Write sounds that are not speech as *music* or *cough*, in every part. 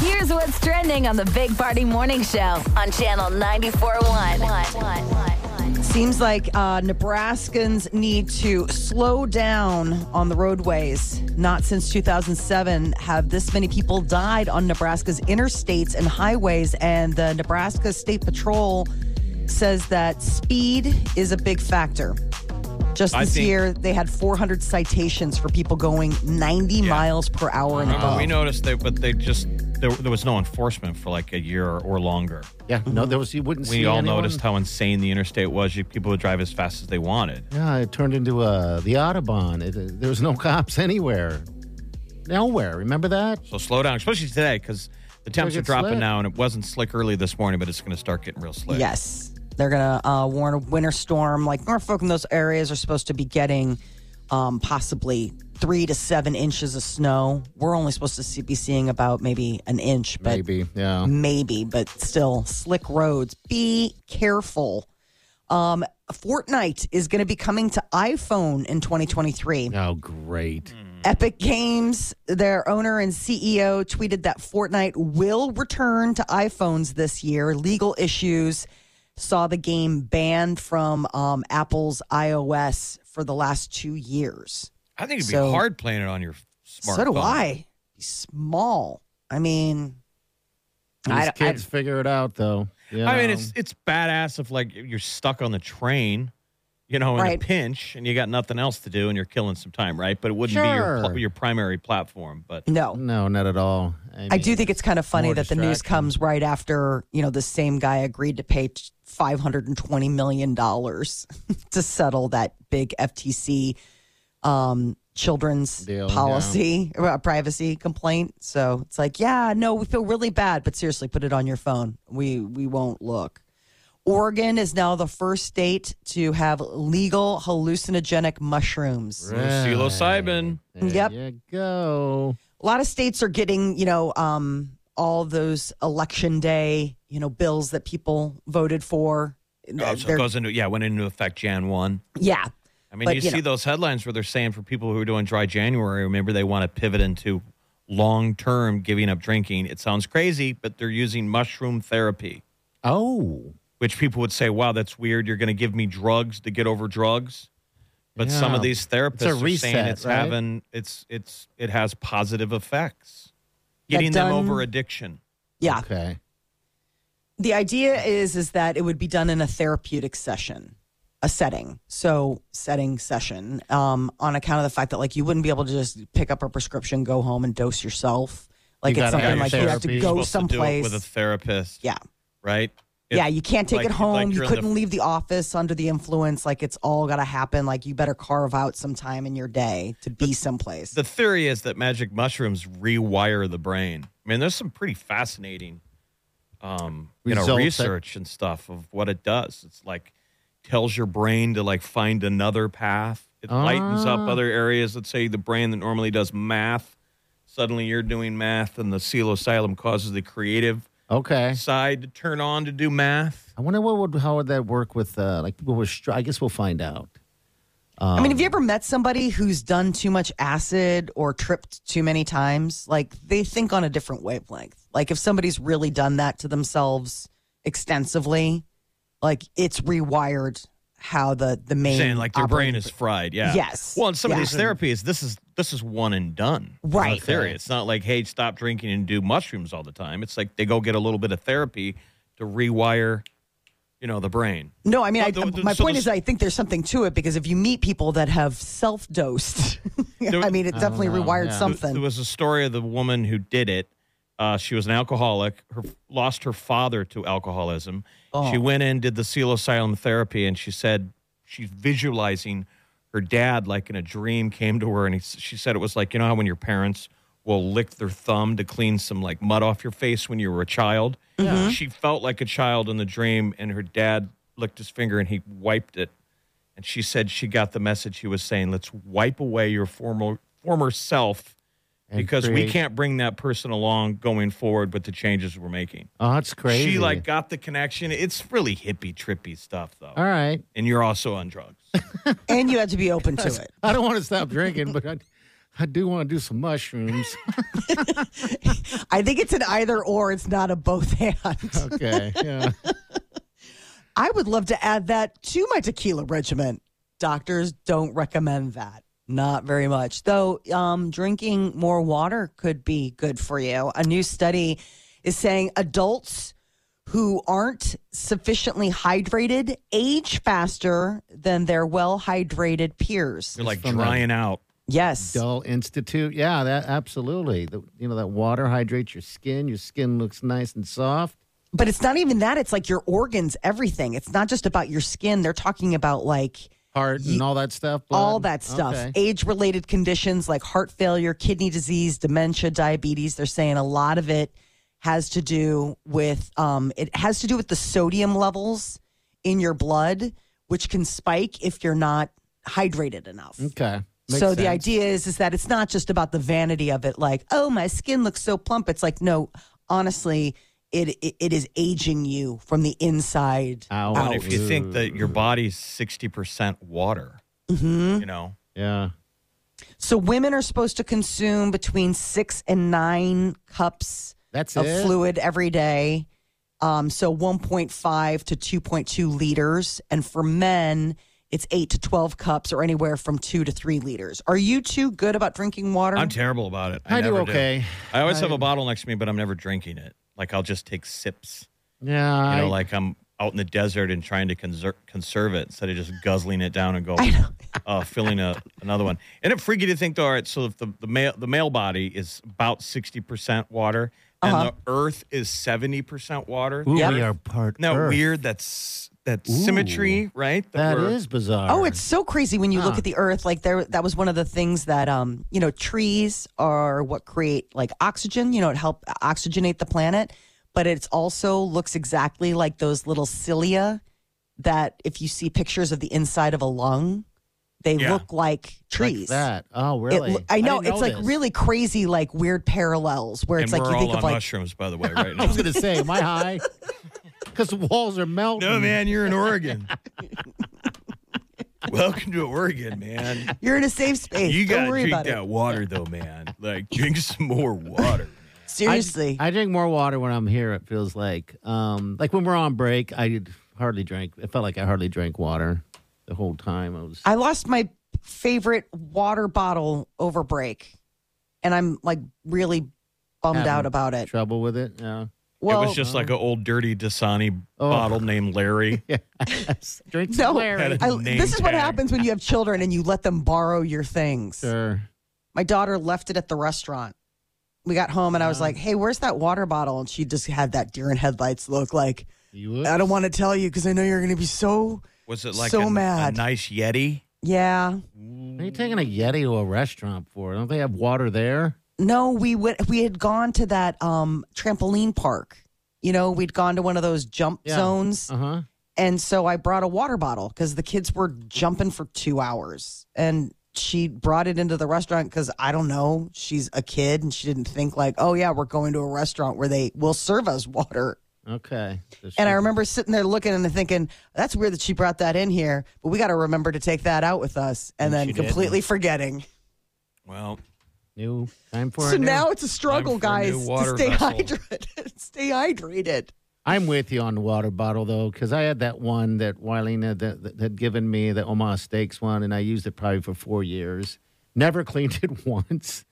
Here's what's trending on the Big Party Morning Show on Channel 94.1. Seems like uh, Nebraskans need to slow down on the roadways. Not since 2007 have this many people died on Nebraska's interstates and highways. And the Nebraska State Patrol says that speed is a big factor. Just I this think- year, they had 400 citations for people going 90 miles per hour and above. Uh-huh. we noticed that, but they just there, there was no enforcement for like a year or, or longer. Yeah, no, there was you wouldn't see. Mm-hmm. We all anyone. noticed how insane the interstate was. You, people would drive as fast as they wanted. Yeah, it turned into uh, the Audubon. It, uh, there was no *laughs* cops anywhere, nowhere. Remember that? So slow down, especially today, because the temps are get dropping slick. now, and it wasn't slick early this morning, but it's going to start getting real slick. Yes. They're going to uh, warn a winter storm. Like Norfolk and those areas are supposed to be getting um, possibly three to seven inches of snow. We're only supposed to see, be seeing about maybe an inch, but maybe. Maybe. Yeah. Mm. but still slick roads. Be careful. Um, Fortnite is going to be coming to iPhone in 2023. Oh, great. Mm. Epic Games, their owner and CEO, tweeted that Fortnite will return to iPhones this year. Legal issues saw the game banned from um, Apple's iOS for the last two years. I think it'd be So- hard playing it on your smartphone. so do I. Be small. I mean, I, These I- kids figure it out, though. Yeah. I mean, it's it's badass if like you're stuck on the train, you know, in Right. a pinch, and you got nothing else to do, and you're killing some time, right? But it wouldn't be your pl- Sure. your primary platform. But no. no, not at all. I, I mean, do think it's kind of funny more that the news distraction. comes right after, you know, the same guy agreed to pay t- $520 million *laughs* to settle that big FTC um, children's Deal, policy, uh, privacy complaint. So it's like, yeah, no, we feel really bad, but seriously, put it on your phone. We, we won't look. Oregon is now the first state to have legal hallucinogenic mushrooms. psilocybin. There Yep. You go. a lot of states are getting, you know, um, all those election day, you know, bills that people voted for. Oh, so They're- it goes into yeah, went into effect Jan one. yeah, I mean, But, you, you see know- those headlines where they're saying for people who are doing dry January, remember they want to pivot into long term giving up drinking. It sounds crazy, but they're using mushroom therapy, Oh. which people would say, "Wow, that's weird. You're going to give me drugs to get over drugs." But some of Yeah. these therapists a are reset, saying it's right? having it's it's it has positive effects, Yeah, getting done- them over addiction. yeah. Okay. The idea is is that it would be done in a therapeutic session, a setting. So setting session um, on account of the fact that like you wouldn't be able to just pick up a prescription, go home and dose yourself. Like You it's gotta something have like you have therapy. to You're go supposed to do it someplace. with a therapist. yeah. right. If- yeah, you can't take like- it home. like you you're in the- couldn't leave the office under the influence. Like it's all got to happen. Like you better carve out some time in your day to be someplace. The theory is that magic mushrooms rewire the brain. I mean, there's some pretty fascinating, um, you know, Results that- research and stuff of what it does. It's like tells your brain to like find another path. It lightens Ah. up other areas. Let's say the brain that normally does math, suddenly you're doing math, and the psilocybin causes the creative Okay. side to turn on to do math. I wonder what would how would that work with uh, like people with str- I guess we'll find out. I mean, have you Um, ever met somebody who's done too much acid or tripped too many times? Like they think on a different wavelength. Like if somebody's really done that to themselves extensively, like it's rewired how the the main Saying like their operating- brain is fried, yeah. Yes. Well, in some Yeah. of these therapies, this is this is one and done. in the Right. theory, it's not like hey, stop drinking and do mushrooms all the time. It's like they go get a little bit of therapy to rewire, you know, the brain. No, I mean, No, I, the- the- my so point the- is, I think there's something to it because if you meet people that have self *laughs* dosed, I mean, it definitely know, rewired yeah. something. There was a story of the woman who did it. Uh, she was an alcoholic. Her lost her father to alcoholism. She went in, did the psilocybin therapy, and she said she's visualizing her dad like in a dream came to her, and he, she said it was like you know how when your parents will lick their thumb to clean some like mud off your face when you were a child. She felt like a child in the dream, and her dad licked his finger and he wiped it. And she said she got the message he was saying, let's wipe away your former former self And because create- we can't bring that person along going forward with the changes we're making. Oh, it's crazy. She like got the connection. It's really hippie trippy stuff though. All right. And you're also on *laughs* drugs. And you have to be open *laughs* to it. I don't want to stop drinking, but I, I do want to do some *laughs* mushrooms. I think it's an either or, it's not a both and. Okay. Yeah. I would love to add that to my tequila regimen. Doctors don't recommend that. Not very much. Though um, drinking more water could be good for you. A new study is saying adults who aren't sufficiently hydrated age faster than their well hydrated peers. You're like from the- drying out. Yes. Dull Institute. Yeah, that absolutely. The, you know, that water hydrates your skin. Your skin looks nice and soft. But it's not even that. It's like your organs, everything. It's not just about your skin. They're talking about like Heart and all that stuff. all blood. that stuff. Okay. Age related conditions like heart failure, kidney disease, dementia, diabetes. They're saying a lot of it has to do with um, it has to do with the sodium levels in your blood, which can spike if you're not hydrated enough. Okay. Makes so the sense. idea is is that it's not just about the vanity of it, like oh my skin looks so plump. It's like no, honestly, it it, it is aging you from the inside Ow. And out. if you think that your body's 60% water, Mm-hmm. you know, Yeah. So women are supposed to consume between six and nine cups That's of it. fluid every day. Um, so 1.5 to 2.2 liters, and for men. It's eight to twelve cups, or anywhere from two to three liters. Are you two good about drinking water? I'm terrible about it. I, I, do never okay. I always I- have a bottle next to me, but I'm never drinking it. Like I'll just take sips. Yeah. You I- know, like I'm out in the desert and trying to conser- conserve it instead of just guzzling it down and go uh, filling a, another one. And it freaky to think, though, all right, so if the, the male the male body is about sixty percent water and Uh-huh. the Earth is seventy percent water. Ooh, the we Earth- are part Isn't that Earth. weird? That's that Ooh. symmetry, right? That we're- is bizarre. Oh, it's so crazy when you look Huh. at the earth. Like there that was one of the things that um, you know, trees are what create like oxygen, you know, it help oxygenate the planet, but it's also looks exactly like those little cilia that if you see pictures of the inside of a lung, they Yeah. look like Like trees. that. Oh, It really? lo- I know didn't it's like this. really crazy, like weird parallels where And it's we're like you all think on of like mushrooms, by the way, *laughs* right I now. *laughs* was gonna say, am I high? *laughs* Because the walls are melting. no, man, you're *laughs* in Oregon. Welcome to Oregon, man. you're in a safe space. you Don't gotta worry drink about that it. water though, man. Like drink some more water. Seriously. I drink more water when I'm here. It feels like, um, like when we're on break, I hardly drank. It felt like I hardly drank water the whole time. I was. I lost my favorite water bottle over break, and I'm like really bummed Having out about it. trouble with it. Yeah. Well, it was just like an old dirty Dasani Oh. bottle named *laughs* Larry. Drink some no. Larry. Had a I, name this is what tag. happens when you have children and you let them borrow your things. Sure. My daughter left it at the restaurant. We got home and I was like, "Hey, where's that water bottle?" And she just had that deer in headlights look. Like, You would. I don't want to tell you because I know you're going to be so Was it like So a, a mad. nice Yeti? yeah. What are you taking a Yeti to a restaurant for? Don't they have water there? No, we went. We had gone to that um, trampoline park. You know, we'd gone to one of those jump Yeah. zones. Uh huh. And so I brought a water bottle because the kids were jumping for two hours. And she brought it into the restaurant because I don't know, she's a kid and she didn't think, like, oh, yeah, we're going to a restaurant where they will serve us water. Okay. So And I she- remember sitting there looking and thinking, that's weird that she brought that in here, but we got to remember to take that out with us. And, And she then didn't. completely forgetting. Well, New time for so a new- now it's a struggle, for a guys, new to water stay vessel. hydrated. *laughs* stay hydrated. I'm with you on the water bottle though, because I had that one that Wileen had, that, that had given me, the Omaha Steaks one, and I used it probably for four years. Never *laughs* cleaned it once.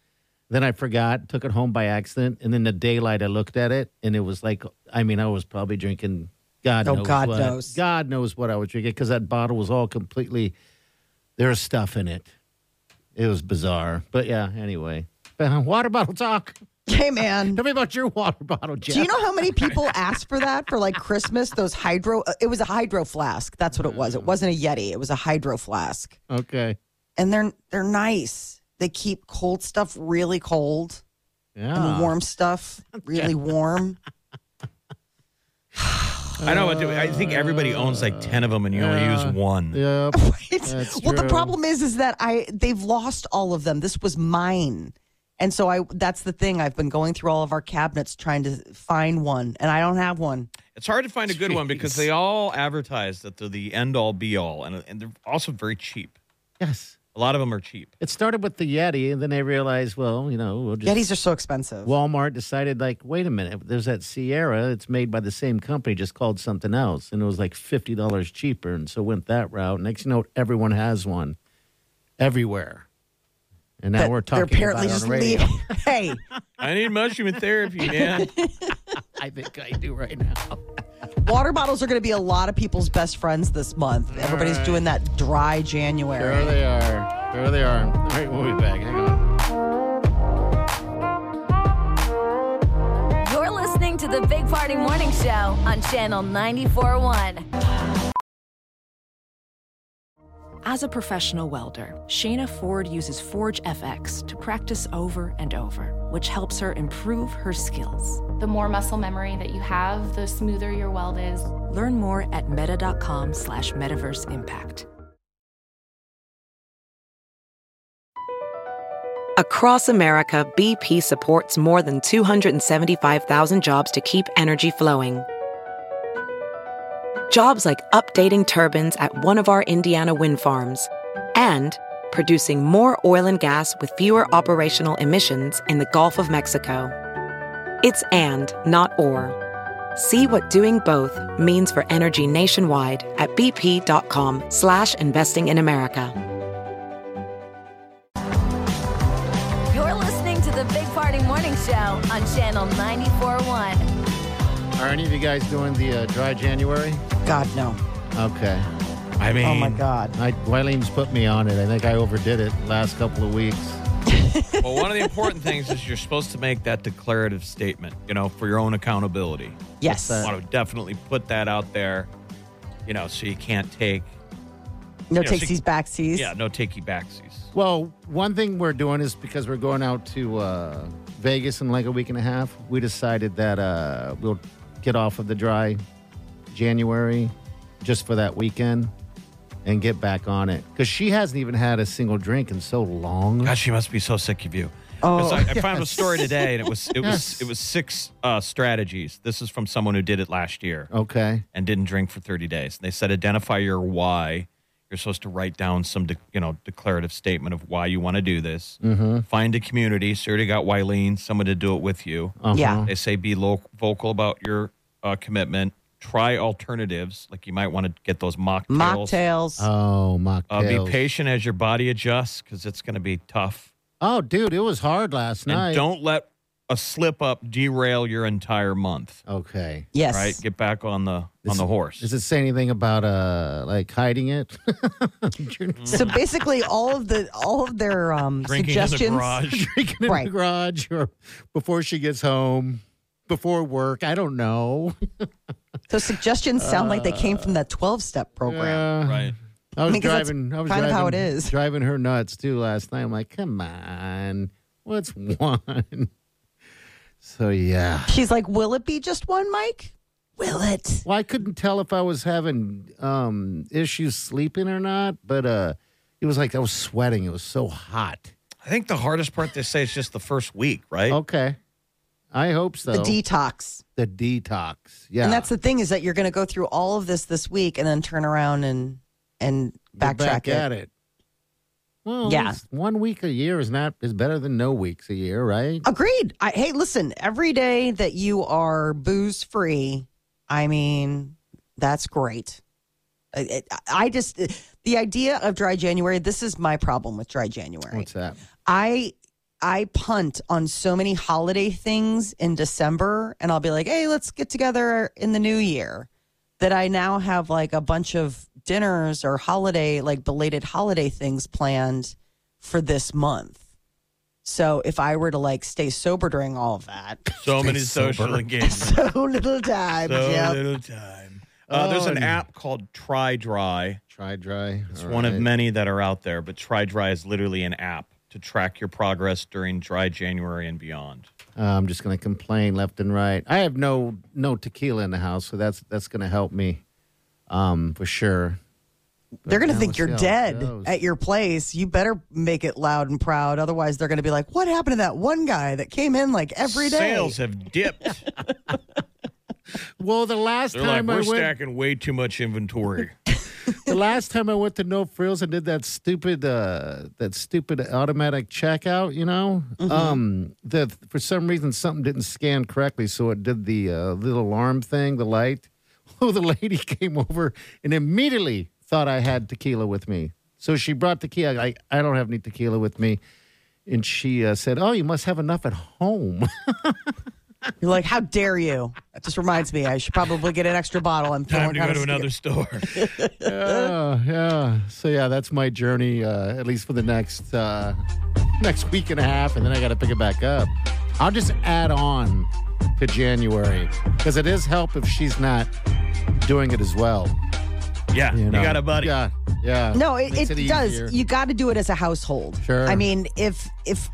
Then I forgot, took it home by accident, and in the daylight I looked at it, and it was like, I mean, I was probably drinking, God Oh, knows God what, knows. God knows what I was drinking, because that bottle was all completely, there's stuff in it. It was bizarre, but yeah. Anyway, But uh, water bottle talk. Hey, man. Tell me about your water bottle, Jeff. Do you know how *laughs* many people asked for that for like Christmas? Those hydro, uh, it was a hydro flask. That's what it Mm. was. It wasn't a Yeti. It was a hydro flask, Okay. and they're they're nice. They keep cold stuff really cold. and Yeah. the warm *laughs* stuff, really warm. I know what to do. I think everybody owns like 10 of them and you only use one. Yep. It's- *laughs* That's well, the true. problem is, is that I they've lost all of them. This was mine, and so I that's the thing. I've been going through all of our cabinets trying to find one, and I don't have one. It's hard to find a good one because they all advertise that they're the end all be all and, and they're also very cheap. Yes. A lot of them are cheap. It started with the Yeti, and then they realized, well, you know, we'll just Yetis are so expensive. Walmart decided, like, wait a minute, there's that Sierra. It's made by the same company, just called something else, and it was like fifty dollars cheaper, and so went that route. Next thing you know, everyone has one everywhere, and now But we're talking They're apparently about it just on the radio. leaving. *laughs* hey, I need *laughs* mushroom therapy, man. I think I do right now. water bottles are going to be a lot of people's best friends this month. Everybody's doing that dry January. There they are. There they are. All right, we'll be back. Hang on. You're listening to the Big Party Morning Show on Channel 941. As a professional welder, Shayna Ford uses Forge FX to practice over and over, which helps her improve her skills. The more muscle memory that you have, the smoother your weld is. Learn more at meta.com slash metaverse impact. Across America, BP supports more than 275,000 jobs to keep energy flowing. Jobs like updating turbines at one of our Indiana wind farms and producing more oil and gas with fewer operational emissions in the Gulf of Mexico. It's and, not or. See what doing both means for energy nationwide at bp.com slash investing in America. You're listening to the Big Party Morning Show on Channel 941. Are any of you guys doing the uh, dry January? God no. Okay. I mean, Oh my God. I, Wileen's put me on it. I think I overdid it last couple of weeks. well, one of the important things is you're supposed to make that declarative statement, you know, for your own accountability. Yes. I want to definitely put that out there, you know, so you can't take, No Yeah, takes she- these backsies. yeah, no takey backsies. Well, one thing we're doing is because we're going out to uh, Vegas in like a week and a half, we decided that uh, we'll get off of the dry January just for that weekend and get back on it. Because she hasn't even had a single drink in so long. Gosh, she must be so sick of you. Oh, 'Cause I, I found a story today, and it was it Yes. was it was six uh, strategies. This is from someone who did it last year Okay. and didn't drink for 30 days. And they said identify your why. You're supposed to write down some de- you know declarative statement of why you want to do this. Find a community. So you already got Wileen, someone to do it with you. Uh-huh. Yeah. They say be lo- vocal about your uh, commitment. Try alternatives, like you might want to get those mocktails. Mocktails. Oh, mocktails. Uh, be patient as your body adjusts because it's going to be tough. Oh, dude, it was hard last night. And don't let a slip up derail your entire month. Okay. yes. Right, get back on the on the horse. Does it say anything about uh like hiding it? *laughs* Drinking So basically, all of the all of their um, *laughs* Drinking suggestions. in the *laughs* garage. in Right. the garage or before she gets home, before work. I don't know. Those suggestions sound like they came from Uh, that twelve-step program. Uh, right. *laughs* I was mean, 'cause that's driving. I was kind of driving, how it is. Driving her nuts too last night. I'm like, come on, what's one? *laughs* So yeah. She's like, "Will it be just one, Mike? Will it?" Well, I couldn't tell if I was having um issues sleeping or not, but uh, it was like I was sweating. It was so hot. I think the hardest part they say is just the first week, right? Okay. I hope so. Oh. The detox. the detox. Yeah. And that's the thing is that you're going to go through all of this this week and then turn around and and backtrack Get back it. at it. Well, at Yeah. least one week a year is not is better than no weeks a year, right? Agreed. I, hey, listen, every day that you are booze free, I mean, that's great. I, it- I just, the idea of dry January, this is my problem with dry January. What's that? I, I punt on so many holiday things in December, and I'll be like, hey, let's get together in the new year. That I now have like a bunch of dinners or holiday, like belated holiday things planned for this month. So if I were to like stay sober during all of that, So many social *laughs* engagements. so little time. so yep. little time. Uh, there's Oh, an and- app called Try Dry. Try dry. It's All one of right. many that are out there, but Try Dry is literally an app to track your progress during dry January and beyond. Uh, I'm just going to complain left and right. I have no no tequila in the house, so that's that's going to help me um, for sure. They're going to Yeah, think let's you're see how it dead goes. at your place. You better make it loud and proud. Otherwise, they're going to be like, what happened to that one guy that came in like every day? Sales have dipped. Well, the last They're like, time we're I went, stacking way too much *laughs* inventory. the last time I went to No Frills and did that stupid uh, that stupid automatic checkout, you know, um, the for some reason something didn't scan correctly, so it did the uh, little alarm thing, the light. *laughs* Oh, the lady *laughs* came over and immediately thought I had tequila with me, so she brought tequila. I I don't have any tequila with me, and she uh, said, "Oh, you must have enough at home." *laughs* You're like, how dare you? That just reminds me, I should probably get an extra bottle. I'm Time throwing to out go a to sk- another store. *laughs* yeah, yeah. So yeah, that's my journey, uh, at least for the next uh, next week and a half, and then I got to pick it back up. I'll just add on to January because it is help if she's not doing it as well. Yeah, you, know? got a buddy. Yeah, yeah. No, it, Makes it, does. easier. You got to do it as a household. Sure. I mean, if if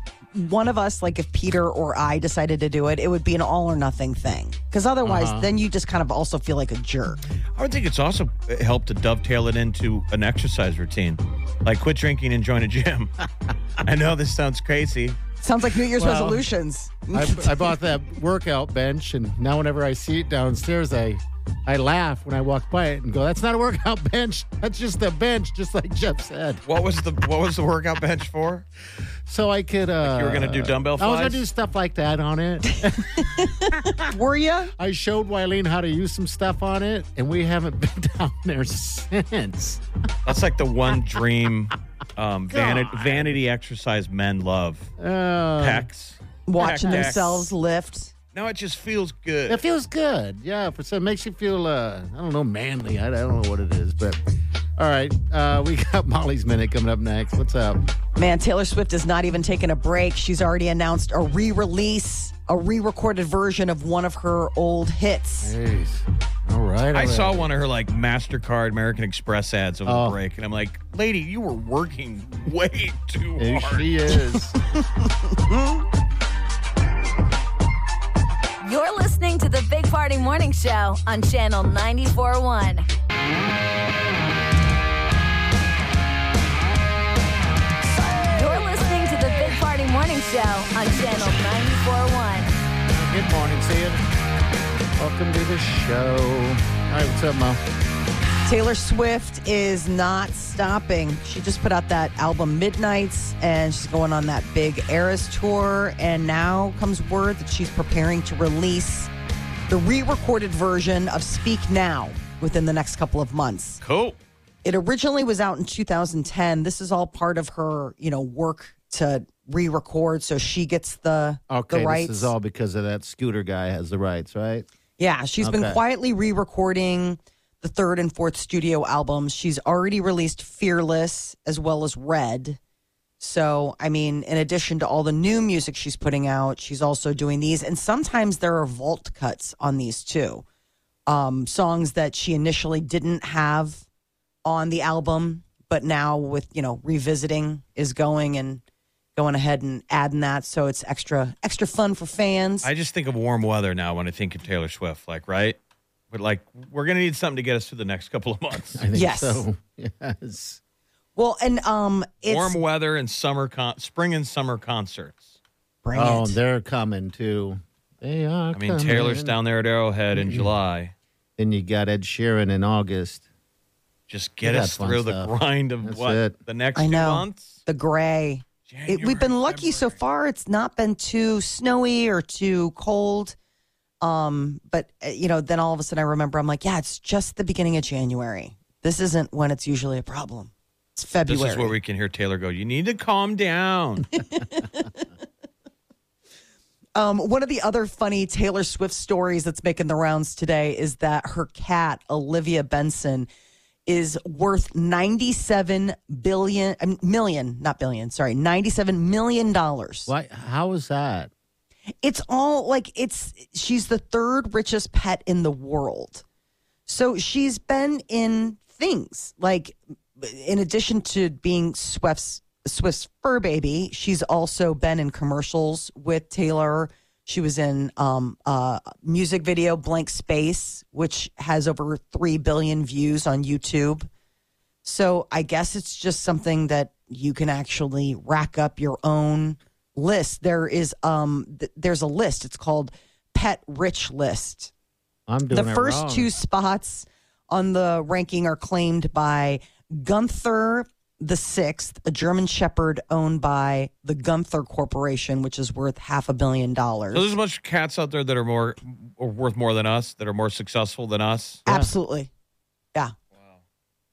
one of us, like if Peter or I decided to do it, it would be an all or nothing thing. Because otherwise, Uh-huh. then you just kind of also feel like a jerk. I would think it's also helped to dovetail it into an exercise routine, like quit drinking and join a gym. *laughs* I know this sounds crazy. Sounds like New Year's Well, resolutions. *laughs* I, I bought that workout bench, and now whenever I see it downstairs, I I laugh when I walk by it and go, "That's not a workout *laughs* bench. That's just a bench," just like Jeff said. What was the what was the workout bench for? So I could. Uh, you were gonna do dumbbell I was gonna flies? do stuff like that on it. *laughs* Were you? I showed Wileen how to use some stuff on it, and we haven't *laughs* been down there since. That's like the one dream *laughs* um, vanity, vanity exercise men love. Uh, Pecs. Watching Pecs. themselves lift. No, it just feels good. it feels good. Yeah, for some, makes you feel, uh, I don't know, manly. I, I don't know what it is, but all right. Uh, we *laughs* got Molly's Minute coming up next. What's up? Man, Taylor Swift is not even taking a break. She's already announced a re release, a re recorded version of one of her old hits. Jeez. All right. all I right. saw one of her like MasterCard American Express ads over Oh. the break, and I'm like, lady, you were working way too There hard. she is. You're listening to the Big Party Morning Show on Channel 941. You're listening to the Big Party Morning Show on Channel 941. Good morning, Sid. Welcome to the show. All right, what's up, Mo? Taylor Swift is not stopping. She just put out that album Midnights and she's going on that big Eras tour. And now comes word that she's preparing to release the re recorded version of Speak Now within the next couple of months. Cool. It originally was out in 2010. This is all part of her, you know, work to re-record, so she gets the Okay, the rights. this is all because of that scooter guy has the rights, right? yeah, she's been Okay. quietly re-recording the third and fourth studio albums. She's already released Fearless as well as Red. So, I mean, in addition to all the new music she's putting out, she's also doing these. And sometimes there are vault cuts on these too. Um, songs that she initially didn't have on the album, but now with, you know, revisiting is going and going ahead and adding that. So it's extra, extra fun for fans. I just think of warm weather now when I think of Taylor Swift, like, right? But like, we're gonna need something to get us through the next couple of months. I think Yes. so. *laughs* Yes. well, and um, it's Warm weather and summer, con- spring and summer concerts. bring Oh, it. they're coming too. They are. I mean, Taylor's coming. down there at Arrowhead in July. Then you got Ed Sheeran in August. Just get They got us fun through stuff. the grind of That's what it. the next I two know. months. the gray. It, we've been January, lucky so February. far. It's not been too snowy or too cold. Um, but uh, you know, then all of a sudden I remember I'm like, yeah, it's just the beginning of January. This isn't when it's usually a problem. It's February. This is where we can hear Taylor go. You need to calm down. Um, one of the other funny Taylor Swift stories that's making the rounds today is that her cat Olivia Benson is worth 97 billion um, million, not billion, sorry, 97 million dollars. Why? How is that? It's all like it's she's the third richest pet in the world. So she's been in things like in addition to being Swift's Swiss Fur Baby. She's also been in commercials with Taylor. She was in um, uh, music video Blank Space, which has over 3 billion views on YouTube. So I guess it's just something that you can actually rack up your own list. There is um th- there's a list. It's called Pet Rich List. I'm doing the it first wrong. two spots on the ranking are claimed by Gunther the Sixth, a German Shepherd owned by the Gunther Corporation, which is worth half a billion dollars. So there's a bunch of cats out there that are more or worth more than us, that are more successful than us. Absolutely. Yeah.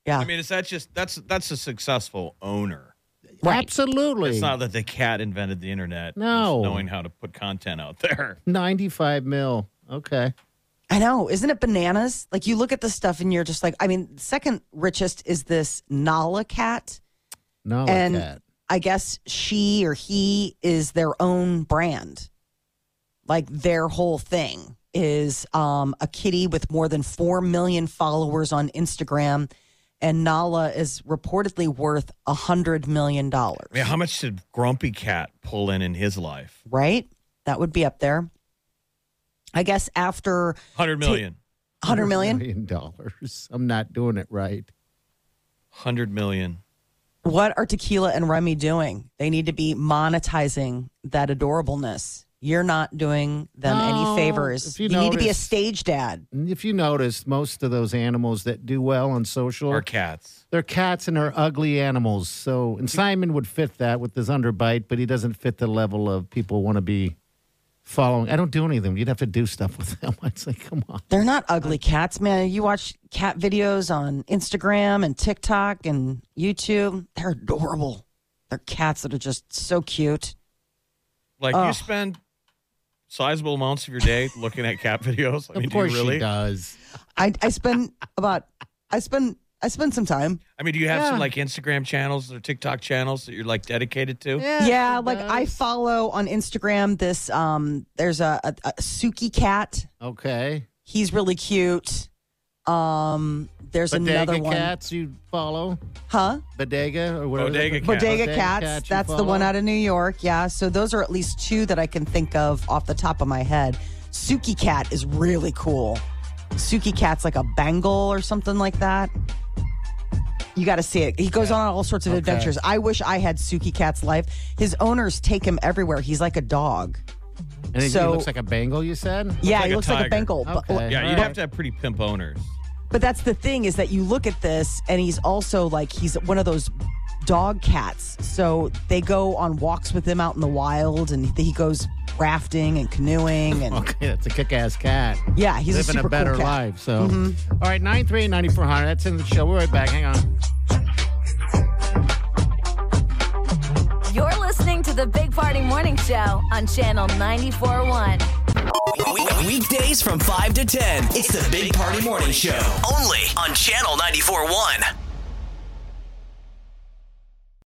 Yeah. I mean, is that just that's that's a successful owner? right. Absolutely. It's not that the cat invented the internet. It's No. knowing how to put content out there. 95 mil. Okay. I know. Isn't it bananas? Like you look at this stuff and you're just like, I mean, second richest is this Nala cat. No, and like that. I guess she or he is their own brand. Like their whole thing is um, a kitty with more than 4 million followers on Instagram. And Nala is reportedly worth a $100 million. I mean, how much did Grumpy Cat pull in in his life? Right? That would be up there. I guess after Hundred million. 100 million, Million dollars. I'm not doing it right. Hundred million. what are Tequila and Remy doing? They need to be monetizing that adorableness. You're not doing them No, any favors. if you need to be a notice- stage dad. And if you notice, most of those animals that do well on social Or cats. They're cats and they're ugly animals. So, and Simon would fit that with his underbite, but he doesn't fit the level of people want to be following. I don't do anything. You'd have to do stuff with them. *laughs* It's like, come on. They're not ugly cats, man. You watch cat videos on Instagram and TikTok and YouTube. They're adorable. They're cats that are just so cute. Like you Ugh. spend sizable amounts of your day looking at cat *laughs* videos. I mean, of course do you really? she does. I, I *laughs* spend about I spend I spend some time. I mean, do you have Yeah. some like Instagram channels or TikTok channels that you're like dedicated to? yeah like I follow on Instagram this um there's a, a, a Suki cat. Okay. He's really cute. Um there's another Bodega one. cats you follow? Huh? Bodega or whatever. Bodega cat. Bodega Bodega Cats. Cats, you That's the one follow? out of New York. Yeah. So those are at least two that I can think of off the top of my head. Suki Cat is really cool. Suki Cat's like a Bengal or something like that. You got to see it. He goes on all sorts of adventures. I wish I had Suki Cat's life. His owners take him everywhere. He's like a dog. And he So- looks like a Bengal, you said? yeah, like he a looks like a tiger. Bengal. But, Okay. Yeah, you'd All have to have pretty pimp owners. but that's the thing is that you look at this and he's also like he's one of those dog cats. So they go on walks with him out in the wild and he goes rafting and canoeing and *laughs* Okay, that's a kick ass cat. yeah, he's Living a, a, super better cool cat. Mm-hmm. life. So, All right, 938 9400. That's in the show. We're right back. Hang on. You're listening to the Big Party Morning Show on Channel 94.1. Weekdays from 5 to 10. It's the Big Party Morning Show. Only on Channel 94.1.